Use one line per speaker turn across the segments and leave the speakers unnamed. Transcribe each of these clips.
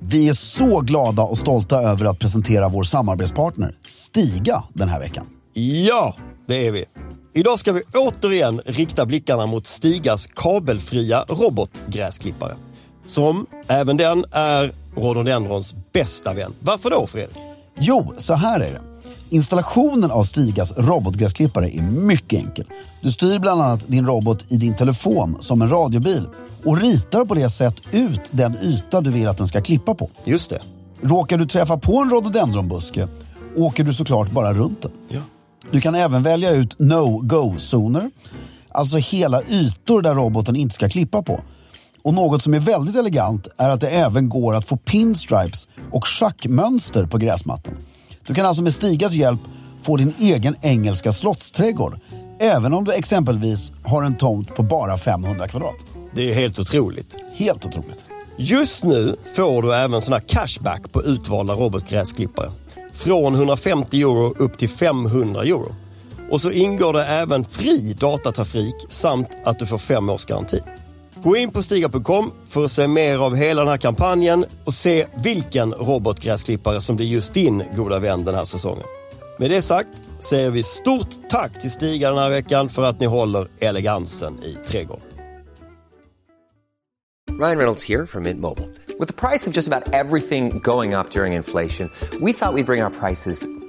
Vi är så glada och stolta över att presentera vår samarbetspartner Stiga den här veckan.
Ja, det är vi. Idag ska vi återigen rikta blickarna mot Stigas kabelfria robotgräsklippare. Som även den är rhododendrons bästa vän. Varför då Fredrik?
Jo, så här är det. Installationen av Stigas robotgräsklippare är mycket enkel. Du styr bland annat din robot i din telefon som en radiobil och ritar på det sätt ut den yta du vill att den ska klippa på.
Just det.
Råkar du träffa på en rhododendronbuske åker du såklart bara runt den.
Ja.
Du kan även välja ut no-go-zoner, alltså hela ytor där roboten inte ska klippa på. Och något som är väldigt elegant är att det även går att få pinstripes och schackmönster på gräsmattan. Du kan alltså med Stigas hjälp få din egen engelska slottsträdgård, även om du exempelvis har en tomt på bara 500 kvadrat.
Det är helt otroligt.
Helt otroligt.
Just nu får du även sån här cashback på utvalda robotgräsklippare. Från 150 euro upp till 500 euro. Och så ingår det även fri datatrafik samt att du får fem års garanti. Gå in på stiga.com för att se mer av hela den här kampanjen och se vilken robotgräsklippare som blir just din goda vän den här säsongen. Med det sagt säger vi stort tack till Stiga den här veckan för att ni håller elegansen i trädgården.
Ryan Reynolds here from Mint Mobile. With the price of just about everything going up during inflation, we thought we'd bring our prices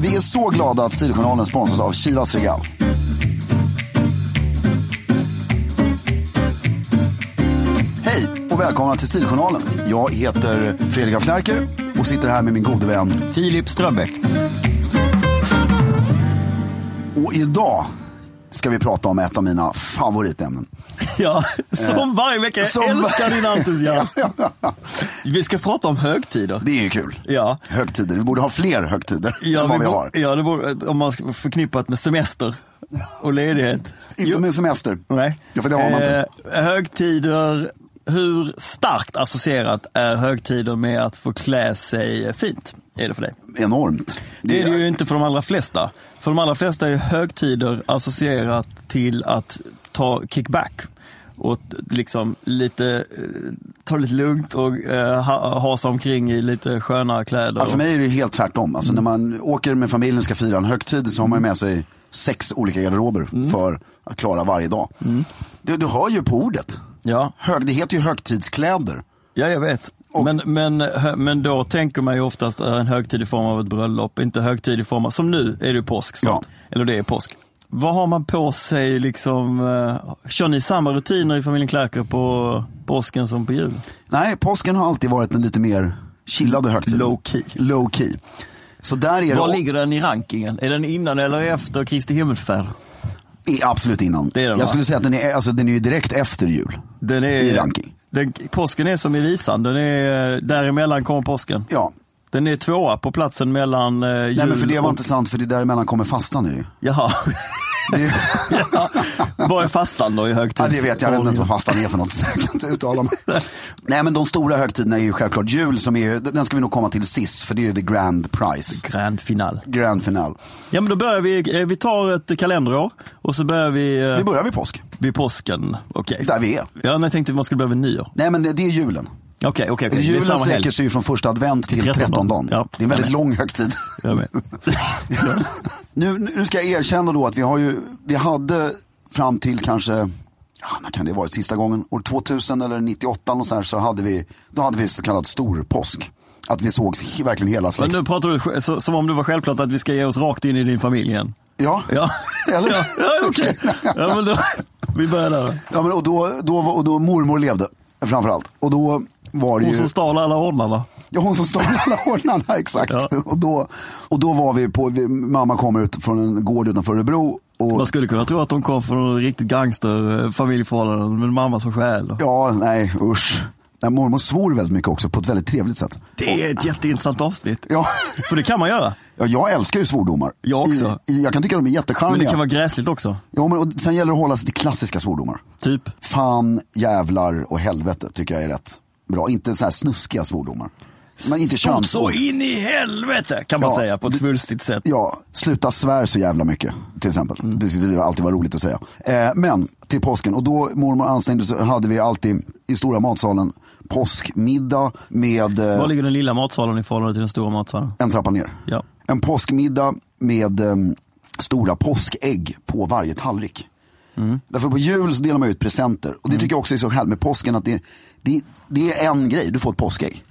Vi är så glada att Stiljournalen sponsras av Chivas Regal. Hej och välkomna till Stiljournalen. Jag heter Fredrik af Klerker och sitter här med min gode vän
Filip Strömbäck.
Och idag ska vi prata om ett av mina favoritämnen.
Ja, Eh, som varje vecka. Jag
som-
älskar din entusiasm. Vi ska prata om högtider.
Det är ju kul.
Ja.
Högtider. Vi borde ha fler högtider
Ja,
än vad vi,
vi bo-
har.
ja det borde, om man ska förknippat med semester och ledighet.
Inte
Jo,
med semester.
Nej.
Ja, för det har man inte.
Eh, högtider, hur starkt associerat är högtider med att få klä sig fint? Är det för dig?
Enormt.
Det är det ju inte för de allra flesta. För de allra flesta är ju högtider associerat till att ta kickback. Och t- liksom lite, eh, ta det lite lugnt och eh, ha, ha sig omkring i lite sköna kläder.
Ja, för mig är det ju helt tvärtom. Alltså, När man åker med familjen och ska fira en högtid så har man ju med sig sex olika garderober
Mm.
för att klara varje dag. Du, du hör ju på ordet.
Ja,
Hög, det heter ju högtidskläder.
ja jag vet. Men, men, hö- men då tänker man ju oftast eh, en högtid i form av ett bröllop, inte högtid i form av, som nu är det ju påsk snart.
Ja.
Eller det är påsk. Vad har man på sig liksom, eh, kör ni samma rutiner i familjen Klärker på påsken som på jul?
Nej, påsken har alltid varit en lite mer chillad högtid.
Low key.
Low key. Så där är
Var
det
ligger den i rankingen? Är den innan eller efter Kristi himmelsfärd?
är absolut innan.
Det är den, va?
Jag skulle säga att den är, alltså, den är ju direkt efter jul.
Den är,
I ranking.
Den, påsken är som i visan, den är, däremellan kommer påsken.
Ja.
Den är tvåa på platsen mellan eh, jul
Nej men för det var
och...
inte sant för det däremellan kommer fastan nu.
Jaha.
Det är,
Vad är fastan då i högtids...
ja, det vet jag, jag vet inte ens vad fastan är för något. Så jag kan inte uttala mig. Nej men de stora högtiderna är ju självklart jul, som är, den ska vi nog komma till sist för det är ju the grand prize.
Grand final.
Grand final.
Ja men då börjar vi, eh, vi tar ett kalenderår och så börjar vi eh,
Vi börjar vid påsk,
vid påsken. Okej.
där vi är.
Ja, men jag tänkte man skulle börja vid nyår.
Nej men det det är julen.
Okej, okej, okej. Det är
Julen
samma helg.
sträcker sig ju från första advent till
trettondagen.
trettondagen.
Ja,
Det är en väldigt
jag med.
lång högtid.
Jag med.
Nu, nu ska jag erkänna då att vi har ju, vi hade fram till kanske, ja när kan det ha varit, sista gången, år 2000 eller 98 och så, här, så hade vi, då hade vi så kallad storpåsk. Att vi sågs he- verkligen hela
Men
släkten.
nu pratar du sj- så, som om det var självklart att vi ska ge oss rakt in i din familj igen.
Ja,
Ja,
Eller?
ja, ja okej. Ja, men då, vi börjar där.
ja men, och, då, då, var- och då mormor levde framförallt. Och då var det
Hon
ju...
som stal alla ordnarna.
Ja, hon som stal alla ordnarna, exakt.
Ja.
Och, då, och då var vi på, vi, mamma kommer ut från en gård utanför Örebro. Och,
Man skulle kunna tro att hon kom från en riktigt gangster eh, familjeförhållanden med en mamma som stjäl.
ja, nej, usch. Nej, mormor svor väldigt mycket också, på ett väldigt trevligt sätt.
Det är ett jätteintressant avsnitt.
Ja,
För det kan man göra.
ja jag älskar ju svordomar.
Jag också.
I, i, jag kan tycka de är
Men det
jättecharmiga.
kan vara gräsligt också.
Ja, men, och sen gäller det att hålla sig till klassiska svordomar.
Typ.
Fan, jävlar och helvete tycker jag är rätt bra. Inte så här snuskiga svordomar. Men inte
Stort så
könsord.
in i helvete kan man
Ja.
säga på ett svulstigt sätt.
Ja, sluta svär så jävla mycket till exempel. Det tyckte vi alltid var roligt att säga. Eh, men till påsken, och då mormor anstängde så hade vi alltid i stora matsalen påskmiddag med
Var
eh,
ligger den lilla matsalen i förhållande till den stora matsalen?
en trappa ner.
Ja.
En påskmiddag med eh, stora påskägg på varje tallrik.
Mm.
Därför på jul så delar man ut presenter. Och det tycker jag också är så härligt med påsken. att det, det, det är en grej, du får ett påskägg.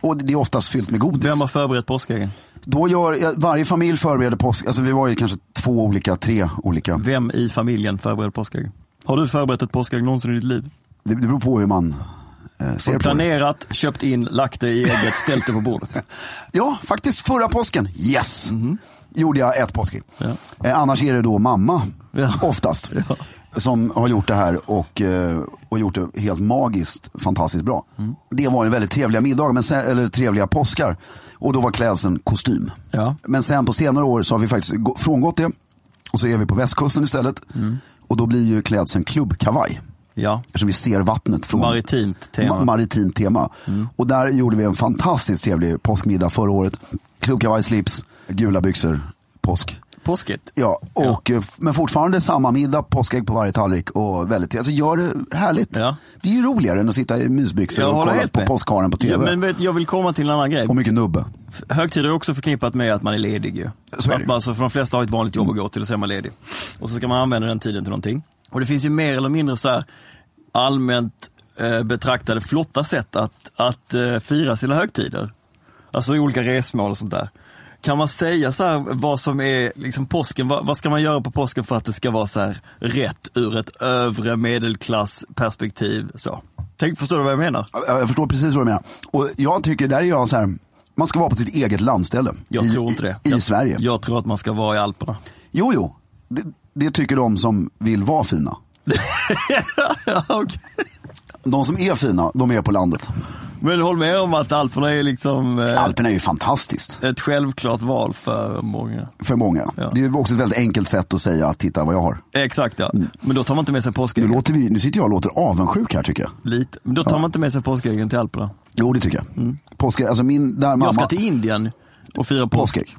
Och det är oftast fyllt med godis.
Mm. Vem har förberett påskäggen?
Då gör, ja, varje familj förbereder påsk, alltså vi var ju kanske två olika, tre olika.
Vem i familjen förbereder påskägg? Har du förberett ett påskägg någonsin i ditt liv?
Det, det beror på hur man eh,
Har
ser
du
på det.
planerat, köpt in, lagt det i eget, ställt det på bordet?
Ja, faktiskt förra påsken, yes! Gjorde jag ett påskägg.
Ja.
Eh, annars är det då mamma,
Ja.
oftast, som har gjort det här och, eh, och gjort det helt magiskt, fantastiskt bra.
Mm.
Det var en väldigt trevliga middag, men sen, eller trevliga påskar. Och då var klädseln kostym.
Ja.
Men sen på senare år så har vi faktiskt gå- frångått det. Och så är vi på västkusten istället.
Mm.
Och då blir ju klädseln klubbkavaj.
Ja,
Eftersom vi ser vattnet från
maritimt tema.
ma- maritimt tema. Och där gjorde vi en fantastiskt trevlig påskmiddag förra året. Klubbkavaj, slips, gula byxor, påsk.
Påskigt.
Ja, och, eh, f- men fortfarande samma middag, påskägg på varje tallrik och väldigt Alltså gör det härligt.
Ja.
Det är ju roligare än att sitta i mysbyxor och
håller
kolla
helt
på
med.
påskharen på tv.
Ja, men vet, jag vill komma till en annan grej.
Och mycket nubbe.
Högtider är också förknippat med att man är ledig ju.
Så är det
att
ju. Mm.
man, alltså, för de flesta har ett vanligt jobb att gå till och så är man ledig. Och så ska man använda den tiden till någonting. Och det finns ju mer eller mindre så här allmänt eh, betraktade flotta sätt att, att eh, fira sina högtider. Alltså i olika resmål och sånt där. Kan man säga så här vad som är liksom påsken, vad, vad ska man göra på påsken för att det ska vara så här rätt ur ett övre medelklassperspektiv? Så. Tänk, förstår du vad jag menar?
Jag- Jag förstår precis vad du menar. Och jag tycker, där är jag så här, man ska vara på sitt eget landställe.
Jag
I,
tror inte det.
I, i
jag,
Sverige.
Jag tror att man ska vara i Alperna.
Jo, jo. Det, det tycker de som vill vara fina.
Ja, okej.
De som är fina, de är på landet.
Men håll med om att Alperna är liksom eh,
Alperna är ju fantastiskt
ett självklart val för många.
för många.
Ja.
Det är ju också ett väldigt enkelt sätt att säga, titta vad jag har.
Exakt ja. Men då tar man inte med sig
Nu,
påskäggen.
Mm. låter vi, nu sitter jag och låter avundsjuk här tycker jag.
Lite. Men då tar man inte med sig påskäggen till Alperna.
Jo, det tycker jag. Påske, alltså min, där mamma...
Mm. Jag ska till Mm. Indien och fira påsk.
påskägg.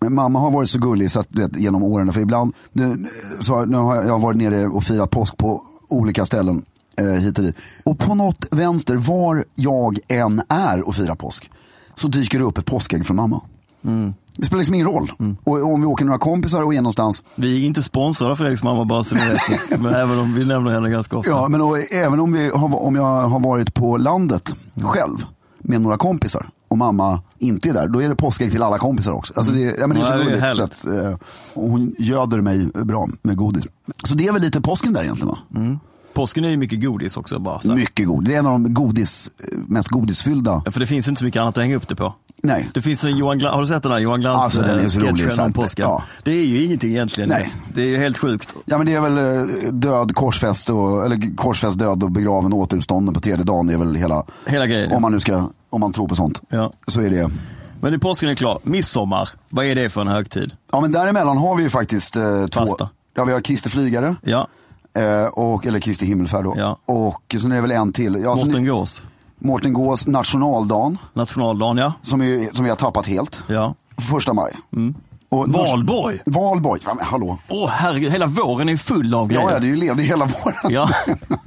Men mamma har varit så gullig så att, du vet, genom åren, för ibland, nu, så har, nu har jag jag har varit nere och firat påsk på olika ställen eh, hit och dit. Och på något vänster, var jag än är och firar påsk, så dyker det upp ett påskägg från mamma.
Mm.
Det spelar liksom ingen roll. Och, och om vi åker några kompisar och är någonstans,
Vi är inte sponsrade av Fredriks mamma bara så ni vet. Men även om vi nämner henne ganska ofta.
ja, men och, även om, vi har, om jag har varit på landet själv med några kompisar och mamma inte är där, då är det påskägg till alla kompisar också. Alltså det, ja, men det är så
Mm. Ja, det är
gulligt.
härligt.
så att, eh, och hon göder mig bra med godis. Så det är väl lite påsken där egentligen va?
Mm. Påsken är ju mycket godis också bara. Så här.
Mycket god. Det är en av de godis, eh, mest godisfyllda.
Ja, För det finns ju inte så mycket annat att hänga upp det på.
Nej.
Det finns en Johan Glans, har du sett den här Johan Glans
Alltså, den är
eh,
så rolig,
sketchen om
sant?
påsken?
Ja.
Det är ju ingenting egentligen.
Nej.
Det är ju helt sjukt.
Ja men det är väl eh, död, korsfäst, och, eller korsfäst, död och begraven återuppstånden på tredje dagen. Det är väl hela,
Hela grejen, ja.
om man nu ska, om man tror på sånt.
Ja.
Så är det.
Men nu påsken är klar. Midsommar, vad är det för en högtid?
Ja men däremellan har vi ju faktiskt eh, två.
Fasta.
Ja vi har Kristi flygare.
Ja,
Eh, och, eller Kristi himmelfärd då.
Ja.
Och sen är det väl en till. Ja, sen-
Mårten Gås.
Mårten Gås nationaldagen.
Nationaldagen ja.
Som, är, som vi har tappat helt.
ja. Mm.
Första maj. Och
Valborg?
Valborg, ja, men hallå.
Åh herregud, hela våren är full av grejer.
Ja, ja, det är ju ledig hela våren.
Ja.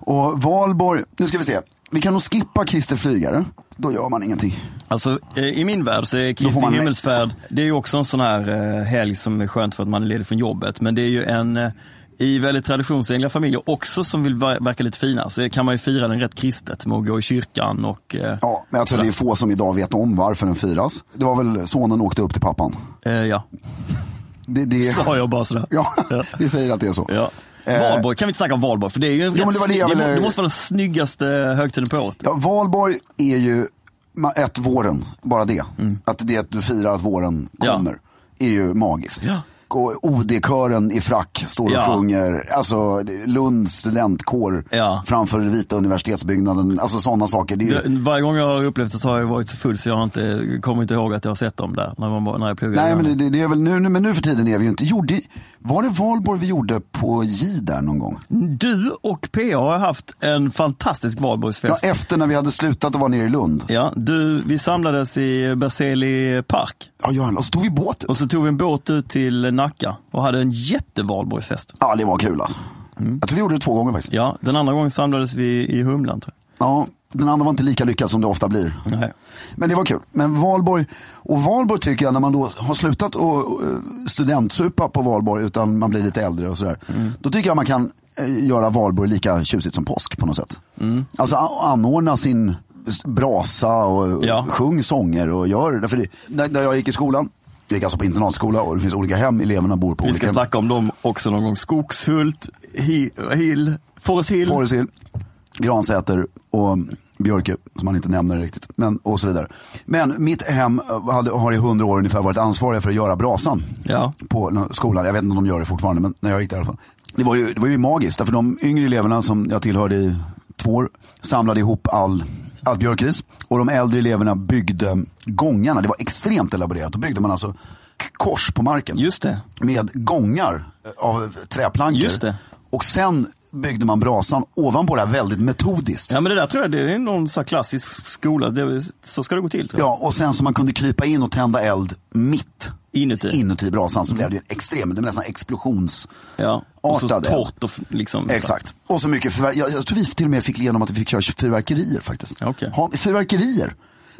och Valborg, nu ska vi se. Vi kan nog skippa Kristi flygare. Då gör man ingenting.
Alltså eh, i min värld så är
Då får
Kristi
man-
himmelsfärd, det är ju också en sån här eh, helg som är skönt för att man är ledig från jobbet. Men det är ju en, eh, i väldigt traditionsenliga familjer också som vill ver- verka lite fina, så kan man ju fira den rätt kristet med att gå i kyrkan och eh,
Ja, men jag tror det är få som idag vet om varför den firas. Det var väl sonen åkte upp till pappan.
eh, ja.
Det, det...
Sa jag bara sådär.
Ja, vi säger att det är så.
Ja.
Eh,
Valborg, kan vi inte snacka om Valborg? För det är ju en
men
rätt
det var det jag
snygg-
ville-
må- det måste vara den snyggaste högtiden på året.
Ja, valborg är ju, ma- ett, våren, bara det. Att det att du firar att våren
Mm. Ja.
kommer, är ju magiskt.
Ja.
och OD-kören i frack står och
Ja.
sjunger. Alltså Lunds studentkår
Ja.
framför vita universitetsbyggnaden. Alltså sådana saker. Det är ju...
Jag- Varje gång jag har upplevt det så har jag varit så full så jag har inte kommit ihåg att jag har sett dem där när, man, bara- när jag pluggade.
Nej, men det, det är väl nu, nu, men nu för tiden är vi ju inte. Gjorde, var det Valborg vi gjorde på J där någon gång?
Du och PA har haft en fantastisk
Ja,
valborgsfest.
efter när vi hade slutat att vara nere i Lund.
Ja, du, vi samlades i Berzelii park
Ja, Johan, och så tog vi båten.
och så tog vi en båt ut till Nacka och hade en jättevalborgsfest.
Ja, det var kul alltså. Jag tror vi gjorde det två gånger faktiskt.
Mm. Ja, den andra gången samlades vi i Humlan tror
Ja, den andra var inte lika lyckad som det ofta blir.
jag. Nej.
Men det var kul. Men Valborg, och Valborg tycker jag när man då har slutat att eh, studentsupa på Valborg utan man blir lite äldre och sådär.
Mm.
Då tycker jag man kan eh, göra Valborg lika tjusigt som påsk på något sätt.
Mm.
Alltså a- anordna sin s- brasa och
Ja.
sjung sånger och gör det. För det när, när jag gick i skolan, jag gick alltså på internatskola och det finns olika hem, eleverna bor på
Vi
olika
ska
hem.
snacka om dem också någon gång. Skogshult, Hi- Hill, Forest Hill.
Fåresill, Gransäter och Björke, som man inte nämner riktigt. Men, och så vidare. Men mitt hem eh, hade, har i hundra år ungefär varit ansvariga för att göra brasan
Ja.
på nå- skolan. Jag vet inte om de gör det fortfarande, men när jag gick där i alla fall. Det var ju, det var ju magiskt, därför de yngre eleverna som jag tillhörde i två år samlade ihop all, allt björkris. Och de äldre eleverna byggde gångarna. Det var extremt elaborerat. Då byggde man alltså k- kors på marken
Just det.
med gångar eh, av träplankor.
Just det.
Och sen byggde man brasan ovanpå det här väldigt metodiskt.
Ja men det där tror jag det är någon så här klassisk skola. Det, är- så ska det gå till tror jag.
Ja, och sen så man kunde krypa in och tända eld mitt
Inuti.
inuti brasan så blev det ju en extrem, det blev nästan explosions...
Ja. Och så
Artad eld.
torrt och f- liksom.
Exakt. Och så mycket fyrverkerier. Jag, jag tror vi till och med fick igenom att vi fick köra fyrverkerier faktiskt.
Okej.
Ha, fyrverkerier.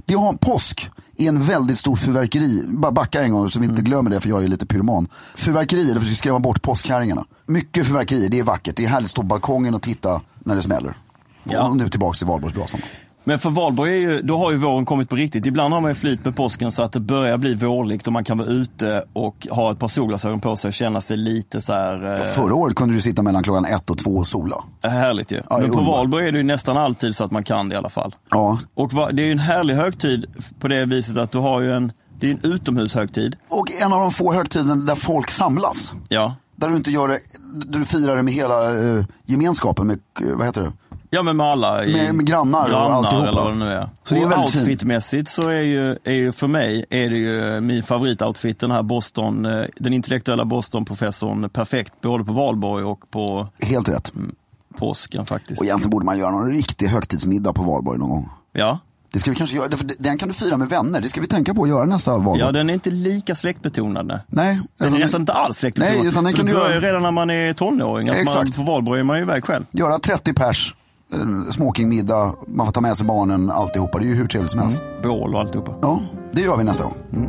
Det har en påsk är en väldigt stor fyrverkeri. Bara backa en gång så vi inte
Mm.
glömmer det för jag är lite pyroman. Fyrverkerier, det försöker skrämma bort påskkärringarna. Mycket fyrverkerier, det är vackert. Det är härligt att stå på balkongen och titta när det smäller.
Ja.
Och nu tillbaka till valborgsbrasan.
Men för Valborg, är ju, då har ju våren kommit på riktigt. Ibland har man ju flyt med påsken så att det börjar bli vårligt och man kan vara ute och ha ett par solglasögon på sig och känna sig lite så här eh,
Förra året kunde du sitta mellan klockan ett och två och sola.
härligt ju. Men på
underbart.
Valborg är det ju nästan alltid så att man kan det i alla fall.
Ja.
Och va, det är ju en härlig högtid på det viset att du har ju en, det är ju en utomhushögtid.
Och en av de få högtiderna där folk samlas.
Ja.
Där du inte gör det, du firar det med hela eh, gemenskapen, med, eh, vad heter det?
Ja men med alla. I,
Med- med grannar och alltihopa.
eller vad det nu är.
Så det är
och
väldigt fint.
outfitmässigt så är ju, är ju för mig, är det ju min favoritoutfit den här Boston, eh, den intellektuella Boston-professorn perfekt både på valborg och på
Helt rätt.
påsken faktiskt.
Och egentligen borde man göra någon riktig högtidsmiddag på valborg någon gång.
Ja.
Det ska vi kanske göra, därför den kan du fira med vänner. Det ska vi tänka på att göra nästa valborg.
ja, den är inte lika släktbetonad. Nej.
Nej,
Den är
alltså,
nästan inte alls släktbetonad.
Nej, utan den
För
kan
det
du
börjar
göra-
ju redan när man är tonåring. Att Man,
Exakt.
på valborg är man ju iväg själv.
Göra 30 pers, eh, smokingmiddag, man får ta med sig barnen, alltihopa. Det är ju hur trevligt som helst.
Bål och alltihopa.
Ja, det gör vi nästa gång.
Mm.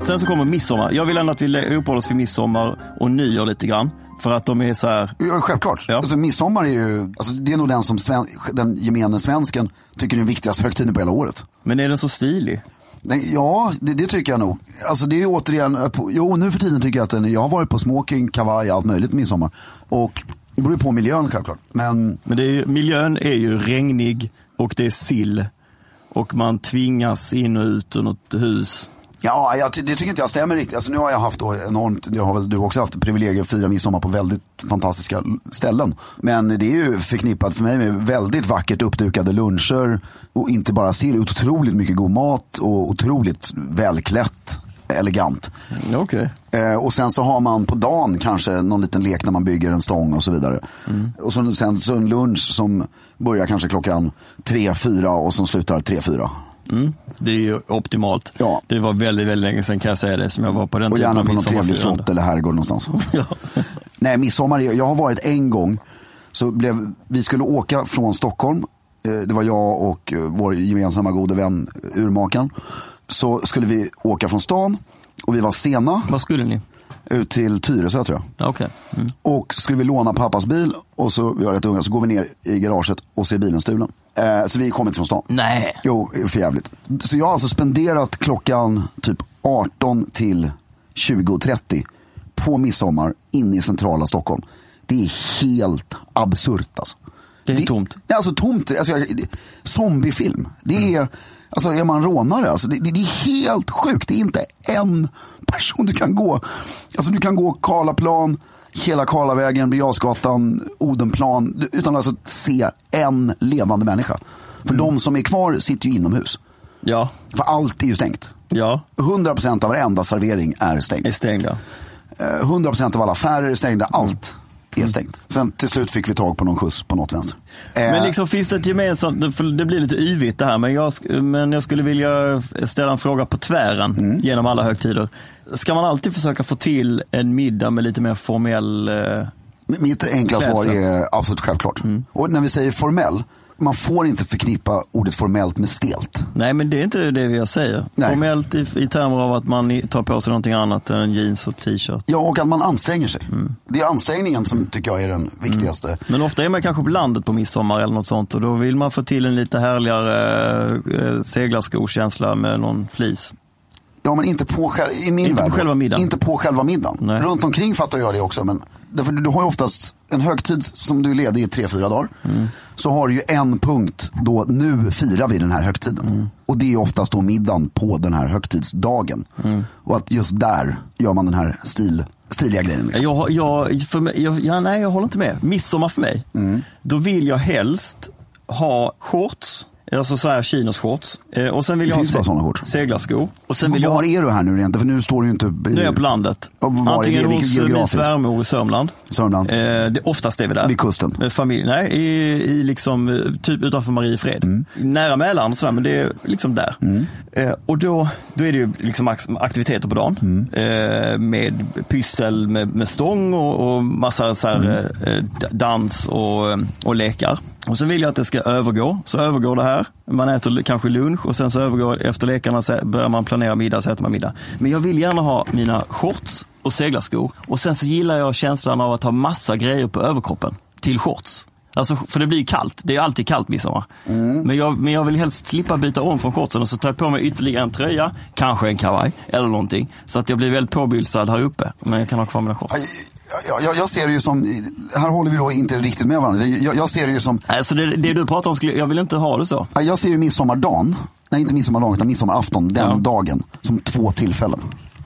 Sen så kommer midsommar. Jag vill ändå att vi lä- uppehåller oss vid midsommar och nyår lite grann. För att de är så här,
Ja, självklart.
Ja.
Alltså, midsommar är ju, alltså, det är nog den som sven, den gemene svensken tycker är den viktigaste högtiden på hela året.
men är den så stilig?
Nej, ja, det, det tycker jag nog. Alltså det är ju återigen, eh, på, jo nu för tiden tycker jag att den, jag har varit på smoking, kavaj, allt möjligt på midsommar. Och det beror ju på miljön självklart. Men
Men det är ju, miljön är ju regnig och det är sill. Och man tvingas in och ut ur något hus.
ja, jag, ty- det tycker inte jag stämmer riktigt. Alltså nu har jag haft då enormt, det har väl du också haft, privilegier att fira midsommar på väldigt fantastiska l- ställen. Men det är ju förknippat för mig med väldigt vackert uppdukade luncher. Och inte bara sill, otroligt mycket god mat och otroligt välklätt, elegant.
Okej.
Eh, och sen så har man på dagen kanske någon liten lek när man bygger en stång och så vidare.
Mm.
Och så, sen så en lunch som börjar kanske klockan tre, fyra och som slutar tre, fyra.
Mm. Det är ju optimalt.
Ja.
Det var väldigt, väldigt länge sedan kan jag säga det, som jag var på den
Och
typen
gärna
typ av
på någon trevlig
midsommarfirande.
slott eller herrgård någonstans.
Ja.
Nej, midsommar, är- jag har varit en gång. Så blev, vi skulle åka från Stockholm. Eh, Det var jag och eh, vår gemensamma gode vän eh, urmakaren. Så skulle vi åka från stan och vi var sena
Vad skulle ni?
ut till Tyresö tror jag.
Ja, Okej. Mm.
Och skulle vi låna pappas bil och så vi var rätt unga så går vi ner i garaget och ser bilen stulen. Eh, så vi kom inte från stan.
Nej.
Jo, för jävligt. Så jag har alltså spenderat klockan typ 18 till 20.30 på på midsommar inne i centrala Stockholm. Det är helt absurt alltså.
Det är tomt.
Nej, alltså tomt. Alltså, jag- det- zombiefilm. Det är,
Mm.
alltså, är man rånare alltså. Det, det, det är helt sjukt. Det är inte en person du kan gå. Alltså du kan gå Karlaplan, hela Karlavägen, Birger Jarlsgatan, Odenplan. du- Utan alltså att se en levande människa. För
Mm.
de som är kvar sitter ju inomhus.
Ja,
För allt är ju stängt.
ja.
100% av varenda servering är stängt.
Är stängda.
Eh, 100% av alla affärer är stängda. Allt är stängt. Sen till slut fick vi tag på någon skjuts på något vänster. Eh,
Mm. Men liksom finns det ett gemensamt, för det blir lite yvigt det här, men jag, sk- men jag skulle vilja ställa en fråga på tvären
Mm.
genom alla högtider. Ska man alltid försöka få till en middag med lite mer formell... Eh,
Mitt enkla
Klädsel. Mm.
svar är absolut självklart. Och när vi säger formell, man får inte förknippa ordet formellt med stelt.
nej, men det är inte det jag säger.
Nej.
Formellt i, i termer av att man i- tar på sig någonting annat än jeans och t-shirt.
Ja, och att man anstränger sig.
Mm.
Det är ansträngningen som tycker jag är den viktigaste.
Men ofta är man kanske på landet på midsommar eller något sånt och då vill man få till en lite härligare eh, seglarskokänsla med någon flis.
Ja, men inte på, själ- i min
Inte på
värld.
själva middagen.
Inte på själva middagen.
Nej.
Runt omkring fattar jag det också. Men, därför du har ju oftast en högtid som du är ledig i tre, fyra dagar.
Mm.
Så har du ju en punkt då nu firar vi den här högtiden.
Mm.
Och det är oftast då middagen på den här högtidsdagen.
Mm.
Och att just där gör man den här stil, stiliga grejen. Liksom.
Jag, jag, för mig, jag, ja, nej, jag håller inte med. Midsommar för mig,
Mm.
då vill jag helst ha shorts, alltså så här chinosshorts. Eh, och sen vill
Det
jag
finns
ha
bara sådana shorts.
seglarskor. Och sen vill jag
Var
ha,
är du här nu egentligen? För nu står du ju inte i
nu är jag på landet.
Och var är det?
Antingen
Vilket
hos eh, min
geografiskt?
svärmor i Sörmland.
Sörmland.
Eh, det, oftast är vi där.
Vid kusten.
Med Eh, familj, nej, i, i liksom, eh, typ utanför Mariefred. Nära Mälaren och sådär, men det är liksom där. Eh, och då, då är det ju liksom ax- aktiviteter på dagen. Eh, med pyssel med, med stång och, och massa så här, eh, d- dans och, eh, och lekar. Och sen vill jag att det ska övergå, så övergår det här. Man äter l- kanske lunch och sen så övergår efter lekarna så börjar man planera middag, så äter man middag. Men jag vill gärna ha mina shorts och seglarskor. Och sen så gillar jag känslan av att ha massa grejer på överkroppen till shorts. Alltså, för det blir kallt. Det är alltid kallt midsommar. Men, jag, men jag vill helst slippa byta om från shortsen och så tar jag på mig ytterligare en tröja, kanske en kavaj eller någonting. Så att jag blir väldigt påbylsad här uppe. Men jag kan ha kvar mina shorts.
Jag, jag, jag ser det ju som, här håller vi då inte riktigt med varandra. Jag, jag ser det ju som
Alltså det, det du pratar om, skulle, jag vill inte ha det så.
Ja, Jag ser ju midsommardagen, nej inte midsommardagen utan midsommarafton, den
Ja.
dagen, som två tillfällen.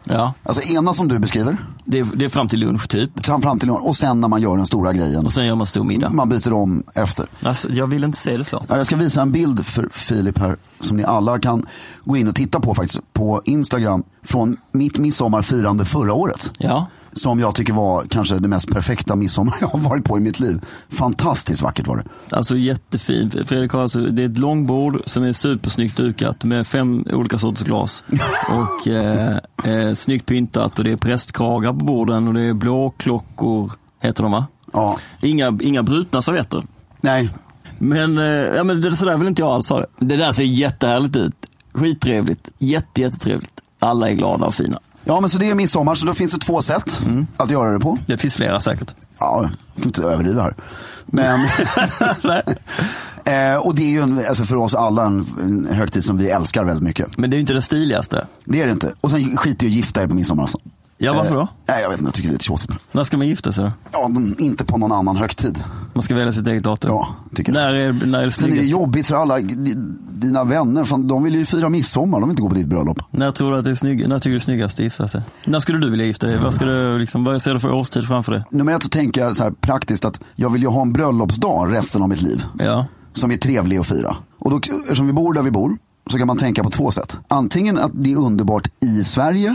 Ja.
Alltså ena som du beskriver,
Det, är- det är fram till lunch typ.
fram, fram till nu, och sen när man gör den stora grejen.
Och sen gör man stor middag.
Man byter om efter.
Alltså, jag vill inte se det så.
Ja, Jag ska visa en bild för Filip här som ni alla kan gå in och titta på faktiskt på Instagram från mitt midsommarfirande förra året.
Ja.
Som jag tycker var kanske det mest perfekta midsommar jag har varit på i mitt liv. Fantastiskt vackert var det.
Alltså jättefin. Fredrik har alltså, det är ett långbord som är supersnyggt dukat med fem olika sorters glas. Och eh, eh, snyggt pyntat och det är prästkragar på borden och det är blåklockor, heter de va?
Ja.
Inga, inga brutna servetter.
Nej.
Men, eh, ja, men det, sådär vill inte jag alls ha det. Det där ser jättehärligt ut. Skittrevligt. Jätte, jättetrevligt. Alla är glada och fina.
Ja men så det är midsommar så då finns det två sätt att göra det på.
Det finns flera säkert.
ja, jag ska inte överdriva här. Men, eh, och det är ju en, alltså för oss alla en, en högtid som vi älskar väldigt mycket.
Men det är ju inte det stiligaste.
Det är det inte. Och sen skiter jag i att gifta er på midsommarafton.
Ja, varför då?
Nej, jag vet inte, jag tycker det är lite tjåsigt.
När ska man gifta sig då?
Ja, men inte på någon annan högtid.
Man ska välja sitt eget datum.
Ja, tycker jag.
När är, när är det
Sen är det
snyggast?
jobbigt för alla di- dina vänner, fan, de vill ju fira midsommar, de vill inte gå på ditt bröllop.
När tror du att det är snygg, när tycker du det är snyggast att gifta sig? När skulle du vilja gifta dig? Vad, ska du, liksom, vad ser du för årstid framför dig?
Nummer ett så tänker jag så här praktiskt att jag vill ju ha en bröllopsdag resten av mitt liv.
Ja.
som är trevlig att fira. Och då, eftersom vi bor där vi bor så kan man tänka på två sätt. Antingen att det är underbart i Sverige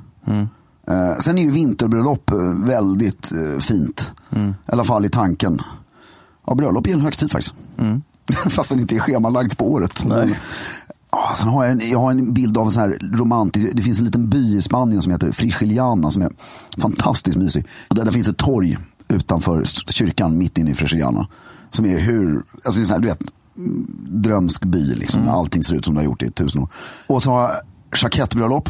Eh, sen är ju vinterbröllop eh, väldigt eh, fint. I alla fall i tanken. Ja, bröllop är en högtid faktiskt. Fast den inte är schemalagd på året. Men, ja, sen har jag, en, jag har en bild av en sån här romantisk, det finns en liten by i Spanien som heter Frigiliana som är fantastiskt mysig. Och där, där finns ett torg utanför s- kyrkan mitt inne i Frigiliana. Som är hur, alltså det är sån här, du vet, mm, drömsk by. Liksom. Allting ser ut som det har gjort i tusen år. Och så har jag chakettbröllop.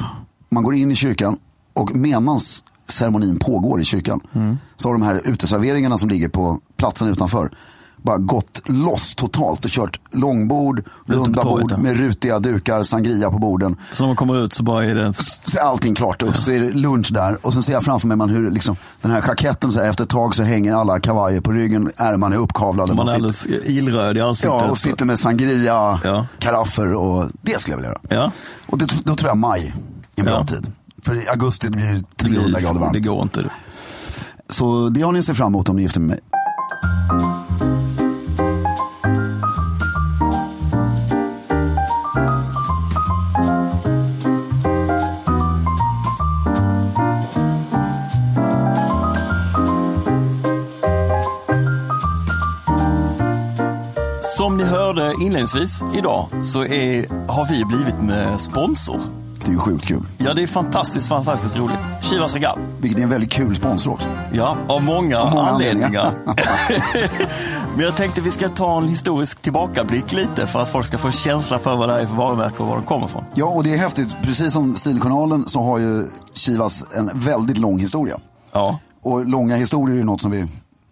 Man går in i kyrkan och medan ceremonin pågår i kyrkan
Mm.
så har de här uteserveringarna som ligger på platsen utanför bara gått loss totalt och kört långbord, runda
torget,
bord
ja.
med rutiga dukar, sangria på borden.
Så när man kommer ut så bara är det...
Så är allting klart upp, så är det lunch där. Och sen ser jag framför mig man hur liksom, den här jaketten, så här, efter ett tag så hänger alla kavajer på ryggen, ärmarna är uppkavlade.
Man är
sitter-
alldeles ilröd i ansiktet.
Ja, och sitter med sangria,
Ja.
karaffer och det skulle jag vilja göra.
Ja.
Och det, då tror jag maj är en bra
Ja.
tid. För i augusti blir det
Det blir-
300 grader varmt.
Det går inte.
Så det har ni att se fram emot om ni gifter med mig.
Som ni hörde inledningsvis idag så är, har vi blivit med sponsor.
Det är ju sjukt kul.
Ja, det är fantastiskt, fantastiskt roligt. Chivas Regal.
Vilket är en väldigt kul sponsor också.
Ja, av många,
Av många
anledningar.
anledningar.
Men jag tänkte vi ska ta en historisk tillbakablick lite för att folk ska få en känsla för vad det här är för varumärke och var de kommer ifrån.
Ja, och det är häftigt. Precis som Stiljournalen så har ju Chivas en väldigt lång historia.
Ja.
Och långa historier är något som vi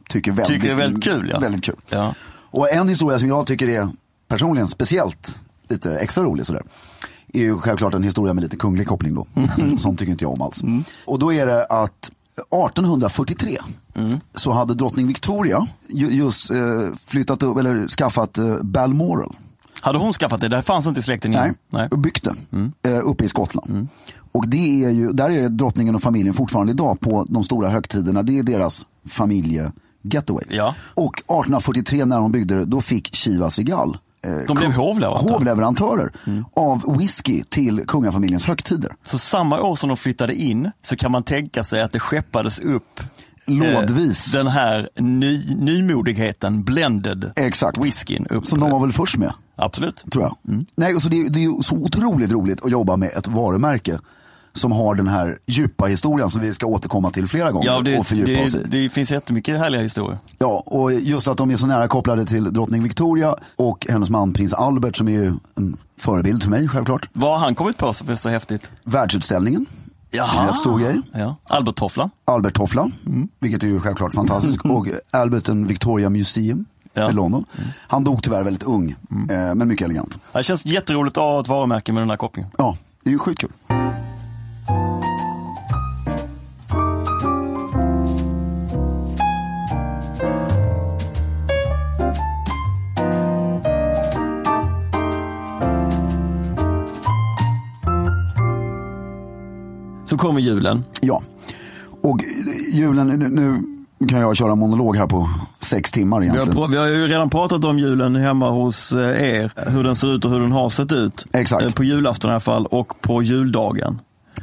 tycker, väldigt,
Tycker är väldigt kul, ja.
Väldigt kul.
Ja.
Och en historia som jag tycker är personligen speciellt lite extra rolig sådär. Är ju självklart en historia med lite kunglig koppling då.
Mm.
Som tycker inte jag om alls. Och då är det att 1843 så hade drottning Victoria ju, just eh, flyttat upp, eller skaffat eh, Balmoral.
Hade hon skaffat det? Det fanns inte i släkten innan.
Nej, och byggt den
Mm.
eh, uppe i Skottland. Och det är ju, där är drottningen och familjen fortfarande idag på de stora högtiderna. Det är deras familjegetaway.
Ja.
Och 1843 när hon byggde det, då fick Chivas Regal eh,
De blev Mm.
kung-
hovleverantör.
hovleverantörer av whisky till kungafamiljens högtider.
Så samma år som de flyttade in så kan man tänka sig att det skeppades upp eh,
Lådvis.
den här ny, nymodigheten, blended
Exakt.
whiskyn. Upp Mm.
Som de var väl först med.
Absolut.
tror jag. Nej, och så det, är- det är ju så otroligt roligt att jobba med ett varumärke som har den här djupa historien som vi ska återkomma till flera gånger
Ja,
och
det,
fördjupa oss i.
det, det finns jättemycket härliga historier.
Ja, och just att de är så nära kopplade till drottning Victoria och hennes man prins Albert som är ju en förebild för mig självklart.
Vad har han kommit på som är så häftigt?
Världsutställningen, en rätt stor grej.
Ja. Albert Tofflan.
Albert-tofflan, vilket är ju självklart fantastiskt. Och Albert and Victoria Museum
Ja.
i London. Han dog tyvärr väldigt ung, eh, men mycket elegant.
Det känns jätteroligt att ha ett varumärke med den här kopplingen.
Ja, det är ju sjukt kul.
Så kommer julen.
Ja. Och julen, nu, nu kan jag köra monolog här på sex timmar
Vi har,
egentligen.
pra- vi har ju redan pratat om julen hemma hos eh, er. Hur den ser ut och hur den har sett ut.
Exakt.
Eh, På julafton i alla fall och på juldagen.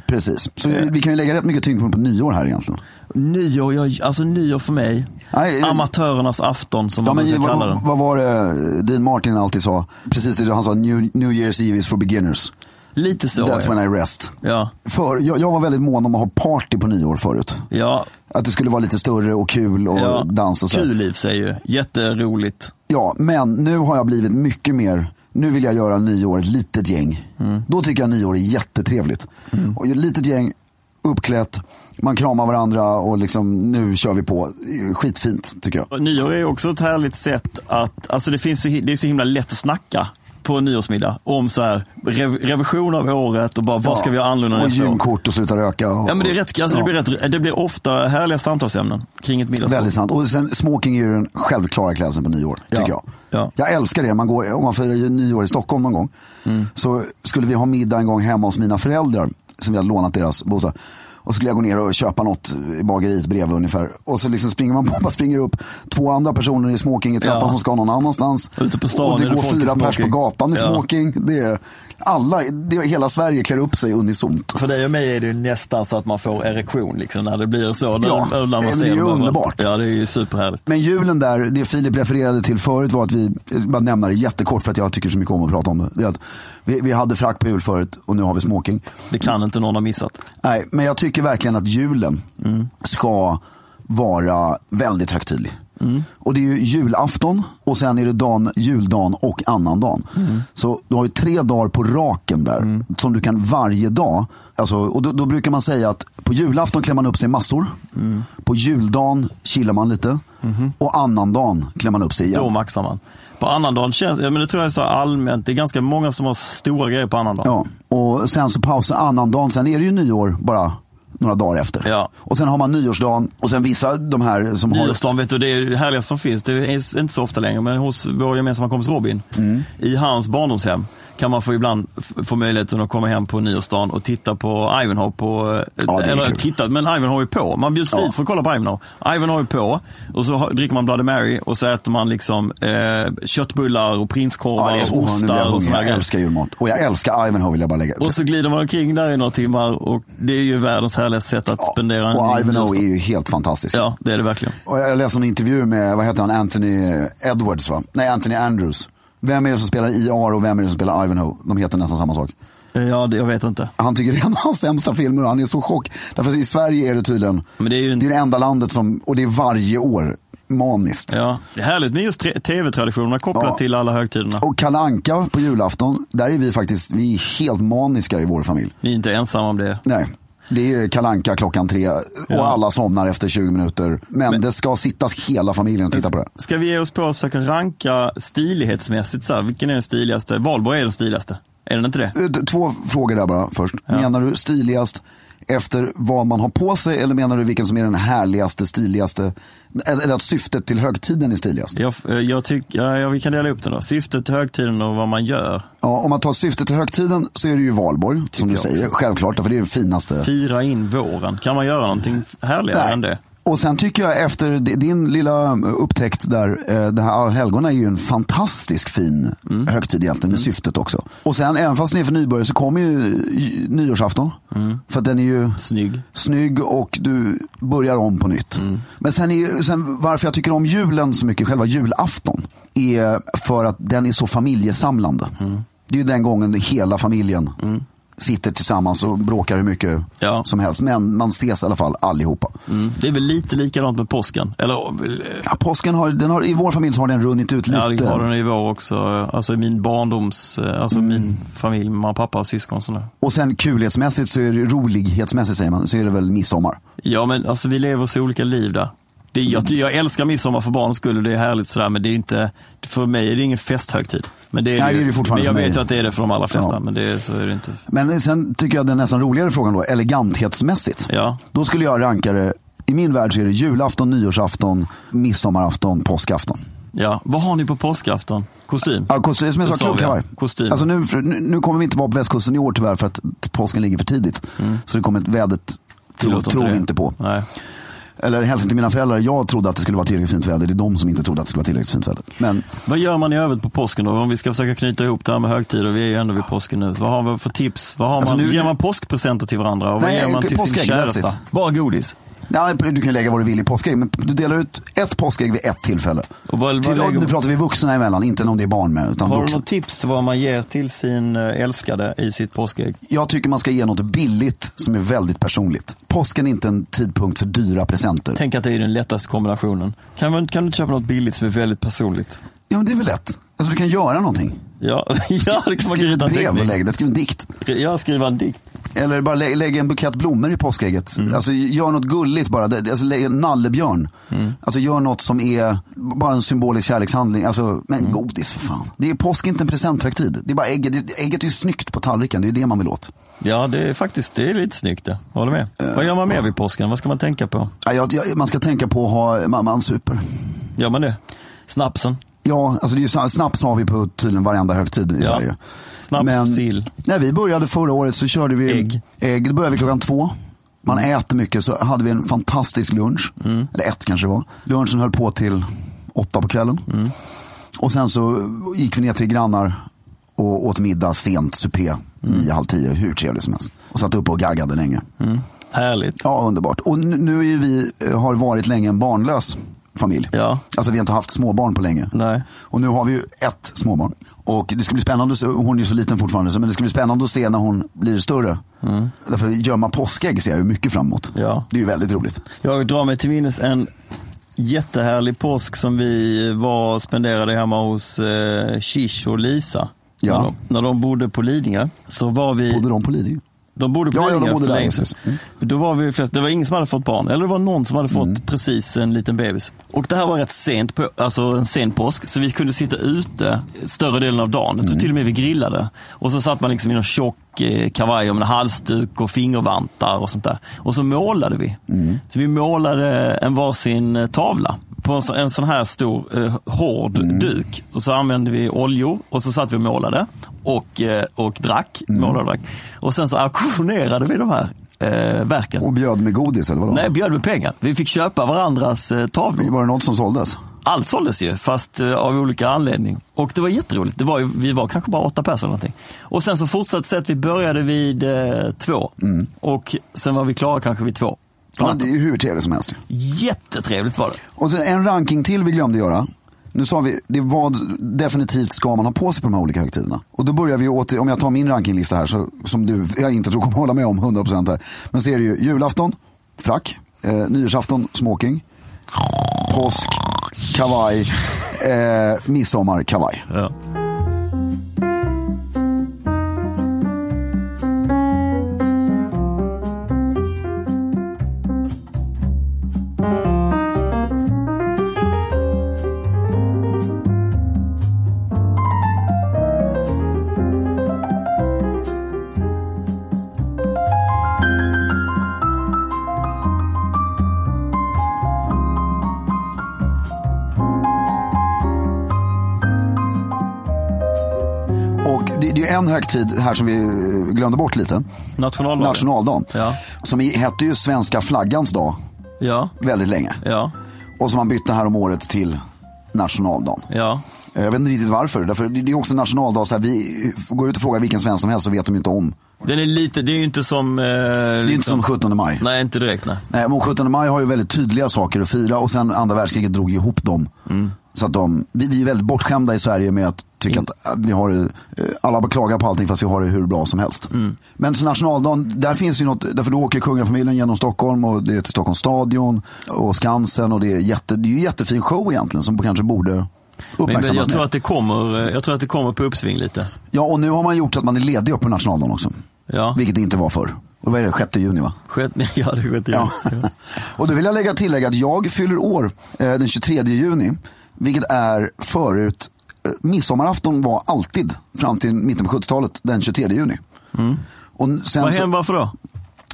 Precis. Så vi kan ju lägga rätt mycket tyngdpunkt på nyår här egentligen.
Nyår, jag, alltså nyår för mig.
Nej, eh,
Amatörernas afton som
Ja,
man
men
brukar kalla
vad,
den.
vad var det eh, Dean Martin alltid sa? Precis det han sa, New, New Year's Eve is for beginners.
Lite så.
That's
ja.
when I rest.
Ja.
För, jag, jag var väldigt mån om att ha party på nyår förut.
Ja,
Att det skulle vara lite större och kul och
ja.
dans och så.
Kul i och för sig ju. Jätteroligt.
Ja, men nu har jag blivit mycket mer, nu vill jag göra nyår ett
Mm.
litet gäng. Då tycker jag nyår är jättetrevligt. Och ett litet gäng, uppklätt, Man kramar varandra och liksom nu kör vi på. Skitfint tycker jag.
Och Nyår är också ett härligt sätt att, alltså det, finns så, hi- det är så himla lätt att snacka på en nyårsmiddag om så här, rev, revision av året och bara vad ska vi göra annorlunda
Och
nästa år?
gymkort och sluta röka. Och,
Ja, men det, är rätt, alltså,
Ja.
det, blir rätt, det blir ofta härliga samtalsämnen kring ett middagsbord.
Väldigt sant. Och sen smoking är ju den självklara klädseln på nyår, tycker
Ja.
jag.
Ja.
Jag älskar det. Man går, om man firar ju nyår i Stockholm någon gång.
Mm.
Så skulle vi ha middag en gång hemma hos mina föräldrar. Som vi hade lånat deras bostad. Och så skulle jag gå ner och köpa något i bageriet bredvid ungefär. Och så liksom springer man bara springer upp två andra personer i smoking i trappan
Ja.
som ska någon annanstans.
Ute på stan
och det
är det
går
folk i
fyra pers på
smoking.
gatan i
Ja.
smoking. Det är, alla, det är, hela Sverige klär upp sig unisont.
För dig och mig är det ju nästan så att man får erektion liksom, när det blir så. När,
Ja,
när man
det
ser
är ju
överallt.
underbart.
Ja, det är ju superhärligt.
Men julen där, det Filip refererade till förut var att vi, jag bara nämner det jättekort för att jag tycker så mycket om att prata om det. det. är att Vi, vi hade frack på jul förut och nu har vi smoking.
Det kan inte någon ha missat.
Nej, men jag tycker verkligen att julen mm, ska vara väldigt högtidlig. Och det är ju julafton och sen är det dan, juldagen och annandagen. Så du har ju tre dagar på raken där som du kan varje dag. Alltså, och då, då brukar man säga att på julafton klär man upp sig massor. På juldagen chillar man lite. Och annandagen klär man upp sig igen.
Då maxar man. På annandagen känns, ja, men det tror jag är så här allmänt, det är ganska många som har stora grejer på annandagen.
Ja, och sen så pausar annandagen, sen är det ju nyår bara några dagar efter.
Ja.
Och sen har man nyårsdagen och sen vissa de här som har...
Nyårsdagen, vet du, det är det härligaste som finns. Det är inte så ofta längre, men hos vår gemensamma kompis Robin,
Mm.
i hans barndomshem, kan man få ibland f- få möjligheten att komma hem på nyårsdagen och titta på Ivanhoe på... eh,
Ja, det är
eller
kul.
titta, men Ivanhoe är på. Man bjuds
Ja.
dit för att kolla på Ivanhoe. Ivanhoe är på och så har- dricker man Bloody Mary och så äter man liksom eh, köttbullar och
Ja,
prinskorvar
det är så
och
oerhört, nu blir jag
ostar och
hungrig.
sådana
Jag
grejer.
älskar julmat. Och jag älskar Ivanhoe vill jag bara lägga
Och så glider man omkring där i några timmar och det är ju världens härligaste sätt att
Ja,
spendera en
Och Ivanhoe
nyårsdag.
är ju helt fantastisk.
Ja, det är det verkligen.
Och jag läste en intervju med, vad heter han, Anthony Edwards va? Nej, Anthony Andrews. Vem är det som spelar IR och vem är det som spelar Ivanhoe? De heter nästan samma sak.
Eh, Ja, det, jag vet inte.
Han tycker det är en av hans sämsta filmer och han är så chock. Därför i Sverige är det tydligen,
Men det är ju en-
det enda landet som, och det är varje år, maniskt.
Ja, det är härligt med just tre- tv-traditionerna kopplat
Ja.
till alla högtiderna.
Och Kalle Anka på julafton, där är vi faktiskt vi är helt maniska i vår familj.
Ni är inte ensamma om det.
Nej, det är Kalle Anka klockan tre och
Ja.
alla somnar efter 20 minuter. Men, det ska sitta hela familjen och titta på det.
Ska vi ge oss på att försöka ranka stilighetsmässigt? Så här, vilken är den stiligaste? Valborg är den stiligaste. Är den inte det?
Ut- Eh, Två frågor där bara först. Menar du stiligast efter vad man har på sig eller menar du vilken som är den härligaste, stiligaste? Eller eller att syftet till högtiden är stiligast?
Jag, eh, jag tycker, ja, ja, vi kan dela upp den då. Syftet till högtiden och vad man gör.
Ja, om man tar syftet till högtiden så är det ju valborg, som du
jag
säger. Självklart, för det är det finaste.
Fira in våren. Kan man göra någonting härligare
Nej.
än det?
Och sen tycker jag efter di- din lilla upptäckt där, eh, det här allhelgona är ju en fantastisk fin
Mm.
högtid egentligen med syftet också. Och sen även fast den är för nybörjare så kommer ju j- nyårsafton.
Mm.
För att den är ju
Snygg.
snygg och du börjar om på nytt.
Mm.
Men sen, är, ju- sen varför jag tycker om julen så mycket, själva julafton, är för att den är så familjesamlande.
Mm.
Det är ju den gången hela familjen sitter tillsammans och bråkar hur mycket
Ja.
som helst. Men man ses i alla fall allihopa.
Mm. Det är väl lite likadant med påsken. Eller eh,
Ja, påsken har, den har, i vår familj så har den runnit ut lite.
Ja, det har den i vår också. Alltså i min barndoms, eh, alltså
Mm.
min familj, mamma, pappa, syskon och sådär.
Och sen kulhetsmässigt, så är det, rolighetsmässigt säger man, så är det väl midsommar.
Ja, men alltså vi lever så olika liv där. Det, jag, jag älskar midsommar för barnens skull och det är härligt sådär, men det är ju inte, för mig är det ingen festhögtid. Men det är,
Nej,
ju-
det är det fortfarande
men
för
jag
mig.
vet ju att det är det för de allra flesta,
Ja.
men det, är- så är det inte.
Men sen tycker jag den nästan roligare frågan då, eleganthetsmässigt.
Ja.
Då skulle jag ranka det, i min värld så är det julafton, nyårsafton, midsommarafton, påskafton.
Ja. Vad har ni på påskafton? Kostym?
Ja, kostym, som jag
Det
sa,
sa vi,
klubbkavaj.
ja. Kostym.
Alltså nu, nu, nu kommer vi inte vara på västkusten i år tyvärr för att påsken ligger för tidigt.
Mm.
Så det kommer vädret, tror,
Tillåter
tror
det.
vi inte på.
Nej.
Eller hälsa till mina föräldrar, jag trodde att det skulle vara tillräckligt fint väder. Det är de som inte trodde att det skulle vara tillräckligt fint väder. Men
Vad gör man i övrigt på påsken då? Om vi ska försöka knyta ihop det här med högtider, vi är ju ändå vid påsken nu. Vad har vi för tips? Vad har
Alltså
man,
nu-
ger man påskpresenter till varandra? Och
Nej,
vad ger man till sin
påskägg, that's it.
käresta? Bara godis.
Nej, du kan lägga vad du vill i påskägg, men du delar ut ett påskägg vid ett tillfälle.
Och vad- vad
till,
lägger-
nu pratar vi vuxna emellan, inte om det är barn med. Utan
Har du
vuxna.
något tips till vad man ger till sin eh, älskade i sitt påskägg?
Jag tycker man ska ge något billigt som är väldigt personligt. Påsken är inte en tidpunkt för dyra presenter.
Tänk att det är den lättaste kombinationen. Kan, man, kan du inte köpa något billigt som är väldigt personligt?
Ja, men det är väl lätt. Alltså, du kan göra någonting.
Ja, ja det kan man
Skriv
gryta
ett brev och
teckning.
lägg det. Skriv en dikt.
Ja, skriva en dikt.
Eller bara lä lägg en bukett blommor i påskägget. Alltså, gör något gulligt bara. Det- Alltså, lägg en nallebjörn. Alltså, gör något som är bara en symbolisk kärlekshandling. Alltså, men godis för fan. Det är påsk är inte en presenthögtid. Det är bara ägget. Det- Ägget är ju snyggt på tallriken. Det är ju det man vill åt.
Ja, det är faktiskt det är lite snyggt det. Håller med. Vad gör man mer vid påsken? Vad ska man tänka på?
Ja, jag, jag, man ska tänka på att ha mamman super.
Gör man det? Snapsen?
Ja, alltså det är ju, sa- snaps har vi på tydligen varenda högtid i
Ja.
Sverige.
Snaps, sill.
När vi började förra året så körde vi
Ägg. Mm.
ägg. Då började vi klockan två. Man äter mycket så hade vi en fantastisk lunch. Eller ett kanske det var. Lunchen höll på till åtta på kvällen.
Mm.
Och sen så gick vi ner till grannar och åt middag sent, supé,
Mm.
nio, halv tio, hur trevligt som helst. Och satt uppe och gaggade länge.
Mm. Härligt.
Ja, underbart. Och nu- nu är ju vi, eh, har varit länge en barnlös familj.
Ja.
Alltså vi har inte haft småbarn på länge.
Nej.
Och nu har vi ju ett småbarn. Och det ska bli spännande, att se- hon är ju så liten fortfarande, så- men det ska bli spännande att se när hon blir större. Därför gömma påskägg ser jag ju mycket fram emot.
Mm. Ja.
Det är ju väldigt roligt.
Jag drar mig till minnes en jättehärlig påsk som vi var och spenderade hemma hos eh, Shish och Lisa.
Ja.
När, de, när de bodde på Lidingö så var vi...
Både de på Lidingö.
De bodde på
Ja, ja, de
Lidingö
bodde
för
där,
länge
precis. Mm.
sedan. Då var vi flest, det var ingen som hade fått barn, eller det var någon som hade fått precis en liten bebis. Och det här var rätt sent, på, alltså en sen påsk, så vi kunde sitta ute större delen av dagen. Jag tror till och med vi grillade. Och så satt man liksom i någon tjock eh, kavaj med en halsduk och fingervantar och sånt där. Och så målade vi. Så vi målade en varsin eh, tavla på en, så, en sån här stor eh, hård duk. Och så använde vi oljor och så satt vi och målade och, eh, och drack. Målade och, drack. och sen så auktionerade vi de här eh, verken.
Och bjöd med godis eller vadå?
Nej, bjöd med pengar. Vi fick köpa varandras eh, tavlor.
Var det något som såldes?
Allt såldes ju, fast eh, av olika anledning. Och det var jätteroligt. Det var ju, vi var kanske bara åtta personer någonting. Och sen så fortsatte sett, vi började vid eh, två.
Mm.
Och sen var vi klara kanske vid två. på
Ja,
natten.
det är ju hur trevligt som helst. ju.
Jättetrevligt var det.
Och sen en ranking till vi glömde göra. Nu sa vi, det vad definitivt ska man ha på sig på de här olika högtiderna. Och då börjar vi åter, om jag tar min rankinglista här, så, som du, jag inte tror kommer hålla med om 100% här. Men så är det ju julafton, frack, eh, nyårsafton, smoking, påsk, kavaj, eh, midsommar, kavaj.
Ja.
Och det, det är ju en högtid här som vi eh, glömde bort lite.
Nationaldagen.
Nationaldagen.
Ja.
Som i- hette ju svenska flaggans dag
Ja,
väldigt länge.
ja,
Och som man bytte här om året till nationaldagen.
ja.
Eh, Jag vet inte riktigt varför. Därför det det är också nationaldag. Så här, vi eh, går ut och frågar vilken svensk som helst så vet de ju inte om.
Den är lite, det är ju inte som... Eh,
Det är inte som 17 maj.
Nej, inte direkt nej.
Nej, men 17 maj har ju väldigt tydliga saker att fira och sen andra världskriget drog ju ihop dem.
Mm.
Så att de, vi, vi är ju väldigt bortskämda i Sverige med att tycka att eh, vi har det, eh, alla beklagar på allting fast vi har det hur bra som helst.
Mm.
Men så nationaldagen, där finns ju något, därför då åker kungafamiljen genom Stockholm och det är till Stockholms stadion och Skansen och det är, jätte, det är ju jättefin show egentligen som kanske borde
Men
uppmärksammas
jag
mer.
tror, att det kommer, eh, jag tror att det kommer på uppsving lite.
Ja, och nu har man gjort så att man är ledig upp på nationaldagen också.
Ja.
Vilket det inte var förr. Och vad är det, 6 juni va?
Sket, ja, det sket
Ja.
ja.
och då vill jag lägga tillägg att jag fyller år eh, den 23 juni. Vilket är förut, eh, midsommarafton var alltid fram till mitten på 70-talet den 23 juni. Och n- sen,
Mm. Vad
så-
hände, varför då?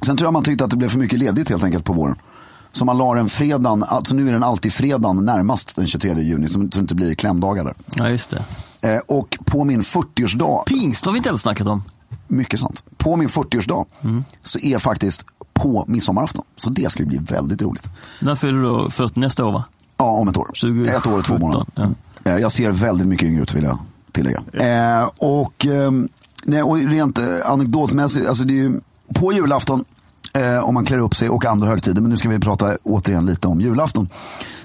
sen tror jag man tyckte att det blev för mycket ledigt helt enkelt på våren. Så man la den fredagen, alltså nu är den alltid fredagen närmast den 23 juni. Så så det inte blir klämdagar där.
Ja, just det.
Eh, och på min 40-årsdag.
Pingst har vi inte heller snackat om.
Mycket sant. På min 40-årsdag så är jag faktiskt på midsommarafton. Så det ska ju bli väldigt roligt.
När fyller du då 40 nästa år va?
Ja, om ett år.
20,
ett år och två
17,
månader.
ja.
Mm. Eh, Jag ser väldigt mycket yngre ut vill jag tillägga. Eh, och, ehm, nej, och rent eh, anekdotmässigt, alltså det är ju på julafton eh, om man klär upp sig och andra högtider, men nu ska vi prata återigen lite om julafton.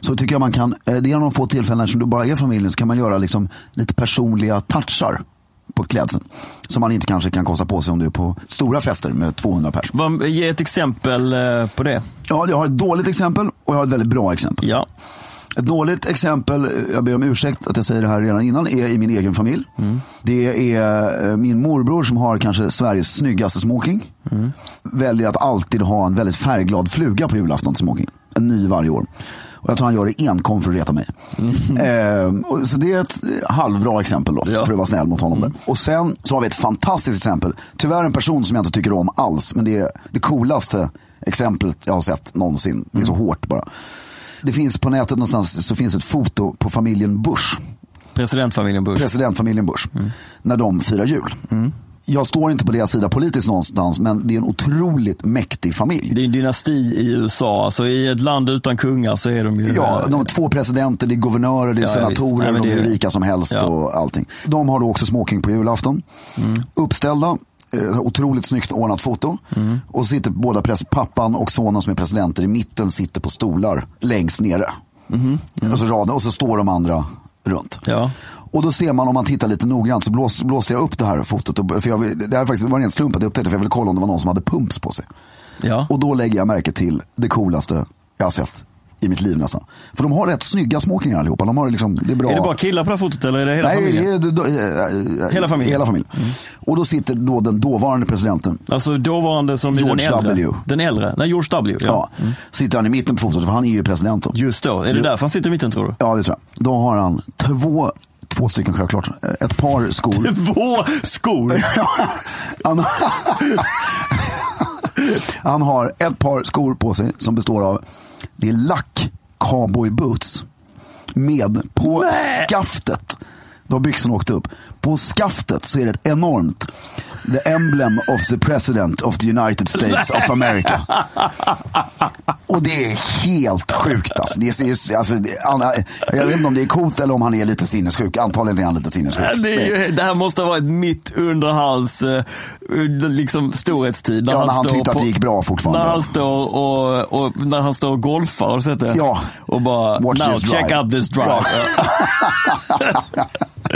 Så tycker jag man kan, eh, det är några få tillfällen som du bara är familjen, så kan man göra liksom lite personliga touchar på klädseln. Som man inte kanske kan kosta på sig om du är på stora fester med 200 pers.
Vad- Ge ett exempel eh, på det.
Ja, jag har ett dåligt exempel och jag har ett väldigt bra exempel.
Ja,
Ett dåligt exempel, eh, jag ber om ursäkt att jag säger det här redan innan, är i min egen familj. Det är eh, min morbror som har kanske Sveriges snyggaste smoking. Väljer att alltid ha en väldigt färgglad fluga på julafton till smoking. En ny varje år. Och jag tror han gör det enkom för att reta mig. Ehm, och så det är ett halvbra exempel då,
Ja.
för att vara snäll mot honom. Där. Och sen så har vi ett fantastiskt exempel. Tyvärr en person som jag inte tycker om alls, men det är det coolaste exemplet jag har sett någonsin. Det är så hårt bara. Det finns på nätet någonstans så finns ett foto på familjen Bush.
Presidentfamiljen Bush.
Presidentfamiljen Bush. När de firar jul. Jag står inte på deras sida politiskt någonstans, men det är en otroligt mäktig familj.
det är en dynasti i USA. Alltså, I ett land utan kungar så är de ju...
Ja,
eh,
de har två presidenter, det är guvernörer, det är
Ja, visst.
senatorer,
Nej, men
de
det
är
är-
hur rika som helst
Ja. Mm.
och allting. De har då också smoking på julafton. Uppställda, eh, otroligt snyggt ordnat foto.
Mm.
Och så sitter båda pres- pappan och sonen som är presidenter i mitten sitter på stolar längst nere. Och, så raden, och så står de andra runt.
Mm-hmm. Mm. Ja.
Och då ser man om man tittar lite noggrant så blås, blåste jag upp det här fotot. och- För jag, vill- det här faktiskt var en ren slump att jag upptäckte för jag ville kolla om det var någon som hade pumps på sig.
ja.
Och då lägger jag märke till det coolaste jag har sett i mitt liv nästan. För de har rätt snygga smokingar allihopa. De har liksom, det är bra.
Är det bara killar på det här fotot eller är det hela
Nej,
familjen?
det är, då- eh, eh,
Hela familjen? Mm.
Hela familjen. Och då sitter då den dåvarande presidenten.
Alltså dåvarande som är
George
den äldre.
W.
Den äldre. Nej, George W.
Ja, Sitter han i mitten på fotot, för han är ju president då.
Just då. Är det därför han sitter i mitten tror du?
Ja, det tror jag. Då har han två, två stycken självklart. Eh, Ett par skor.
Två skor!
han, han har ett par skor på sig som består av, det är lack cowboy boots. Med på
Nej.
skaftet, då har byxorna åkt upp. På skaftet så är det ett enormt The emblem of the president of the United States of America. Och det är helt sjukt alltså. Det är, så- alltså det, han, jag vet inte om det är coolt eller om han är lite sinnessjuk. Antagligen är han lite sinnessjuk.
Det, är ju, det här måste ha varit mitt under hans eh, under liksom storhetstid.
Ja, när han
står
tyckte att det gick bra fortfarande.
När han står och, och, när han står och golfar, har du sett det?
Ja.
Och bara,
Watch
now
this drive."
check out this drive.
Ja.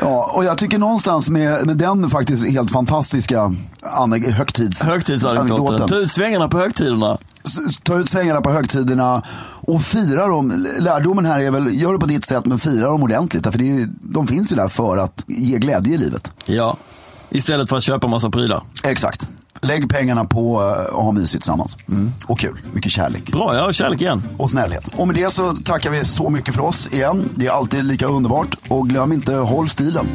Ja, och jag tycker någonstans med, med den faktiskt helt fantastiska ane- högtids
Högtidsanekdoten. Ta ut svängarna på högtiderna.
S- Ta ut svängarna på högtiderna och fira dem. Lärdomen här är väl, gör det på ditt sätt men fira dem ordentligt. Därför det är, ju- de finns ju där för att ge glädje i livet.
Ja. Istället för att köpa massa prylar.
Exakt. Lägg pengarna på eh, att ha mysigt tillsammans. Mm. Och kul, mycket kärlek.
Bra, ja, kärlek igen.
och snällhet. Och med det så tackar vi så mycket för oss igen. Det är alltid lika underbart. Och glöm inte, håll stilen.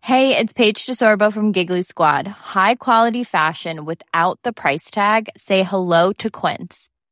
Hey, it's Paige DeSorbo from Giggly Squad. High quality fashion without the price tag. Say hello to Quince.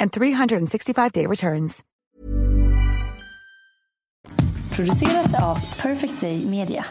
and 365-day returns.
Producerat av Perfect Day Media.